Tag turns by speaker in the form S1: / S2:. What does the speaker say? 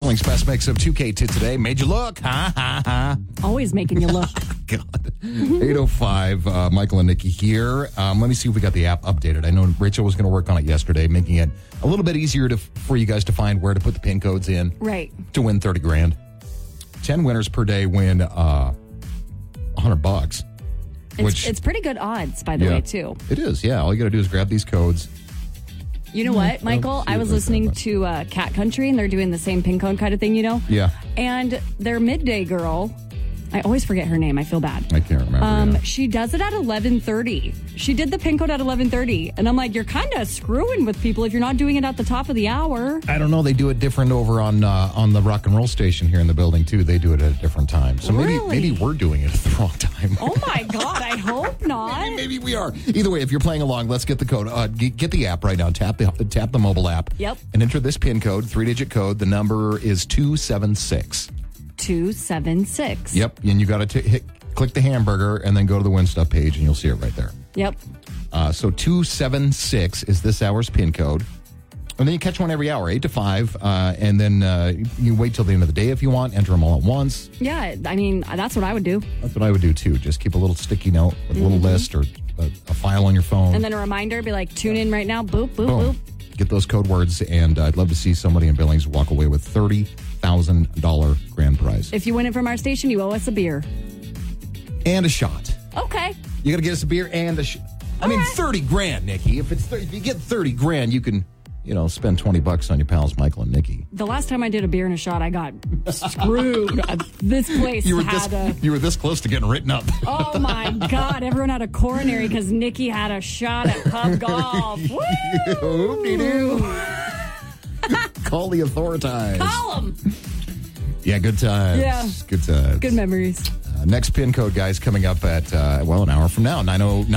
S1: Coupling's best mix of 2K to today made you look. Ha ha ha.
S2: Always making you look.
S1: God. 805, uh, Michael and Nikki here. Um, let me see if we got the app updated. I know Rachel was going to work on it yesterday, making it a little bit easier to, for you guys to find where to put the pin codes in
S2: right.
S1: to win 30 grand. 10 winners per day win uh, 100 bucks.
S2: It's, it's pretty good odds, by the
S1: yeah,
S2: way, too.
S1: It is, yeah. All you got to do is grab these codes.
S2: You know what, Michael?
S1: see
S2: I
S1: it like
S2: was
S1: that,
S2: listening
S1: but-
S2: to uh, Cat Country, and they're doing the same pin code kind of thing, you know?
S1: Yeah.
S2: And their midday girl, I always forget her name. I feel bad.
S1: I can't remember.
S2: Um,
S1: yeah.
S2: she does it at 11:30. She did the pin code at 11:30, and I'm like, you're kind of screwing with people if you're not doing it at the top of the hour.
S1: I don't know. They do it different over on uh, on the rock and roll station here in the building too. They do it at a different time. So
S2: Really?
S1: maybe maybe we're doing it at the wrong time.
S2: Oh my god, I hope
S1: Maybe,
S2: not.
S1: maybe we are. Either way, if you're playing along, let's get the code. Uh, g- get the app right now. Tap the tap the mobile app.
S2: Yep.
S1: And enter this pin code, three digit code. The number is two seven six.
S2: Two seven six.
S1: Yep. And you got to hit click the hamburger and then go to the win stuff page, and you'll see it right there.
S2: Yep.
S1: Uh, so 276 is this hour's pin code. And then you catch one every hour, 8 to 5. Uh, and then uh, you wait till the end of the day if you want, enter them all at once.
S2: Yeah. I mean, that's what I would do.
S1: That's what I would do too. Just keep a little sticky note, a little list, or a, a file on your phone.
S2: Mm-hmm. And then a reminder, be like, tune in right now. Boop boop boop.
S1: Boom. Get those code words. And uh, I'd love to see somebody in Billings walk away with $30,000 grand prize
S2: If you win it from our station, you owe us a beer.
S1: and a shot.
S2: Okay.
S1: You got to get us a beer and a shot. I mean,
S2: Alright.
S1: 30 grand, Nikki. If, it's 30, if you get 30 grand, you can, you know, spend 20 bucks on your pals, Michael and Nikki.
S2: The last time I did a beer and a shot, I got screwed. Uh, this place
S1: You were
S2: had
S1: this
S2: a.
S1: you were this close to getting written up.
S2: Oh my God! Everyone had a coronary because Nikki had a shot at pub golf. Woo!
S1: Oop-de-doo. Call the authorities.
S2: Call 'em.
S1: Yeah, good times.
S2: Yeah.
S1: Good times.
S2: Good memories.
S1: Uh, next pin code, guys, coming up at, uh, well, an hour from now, 90-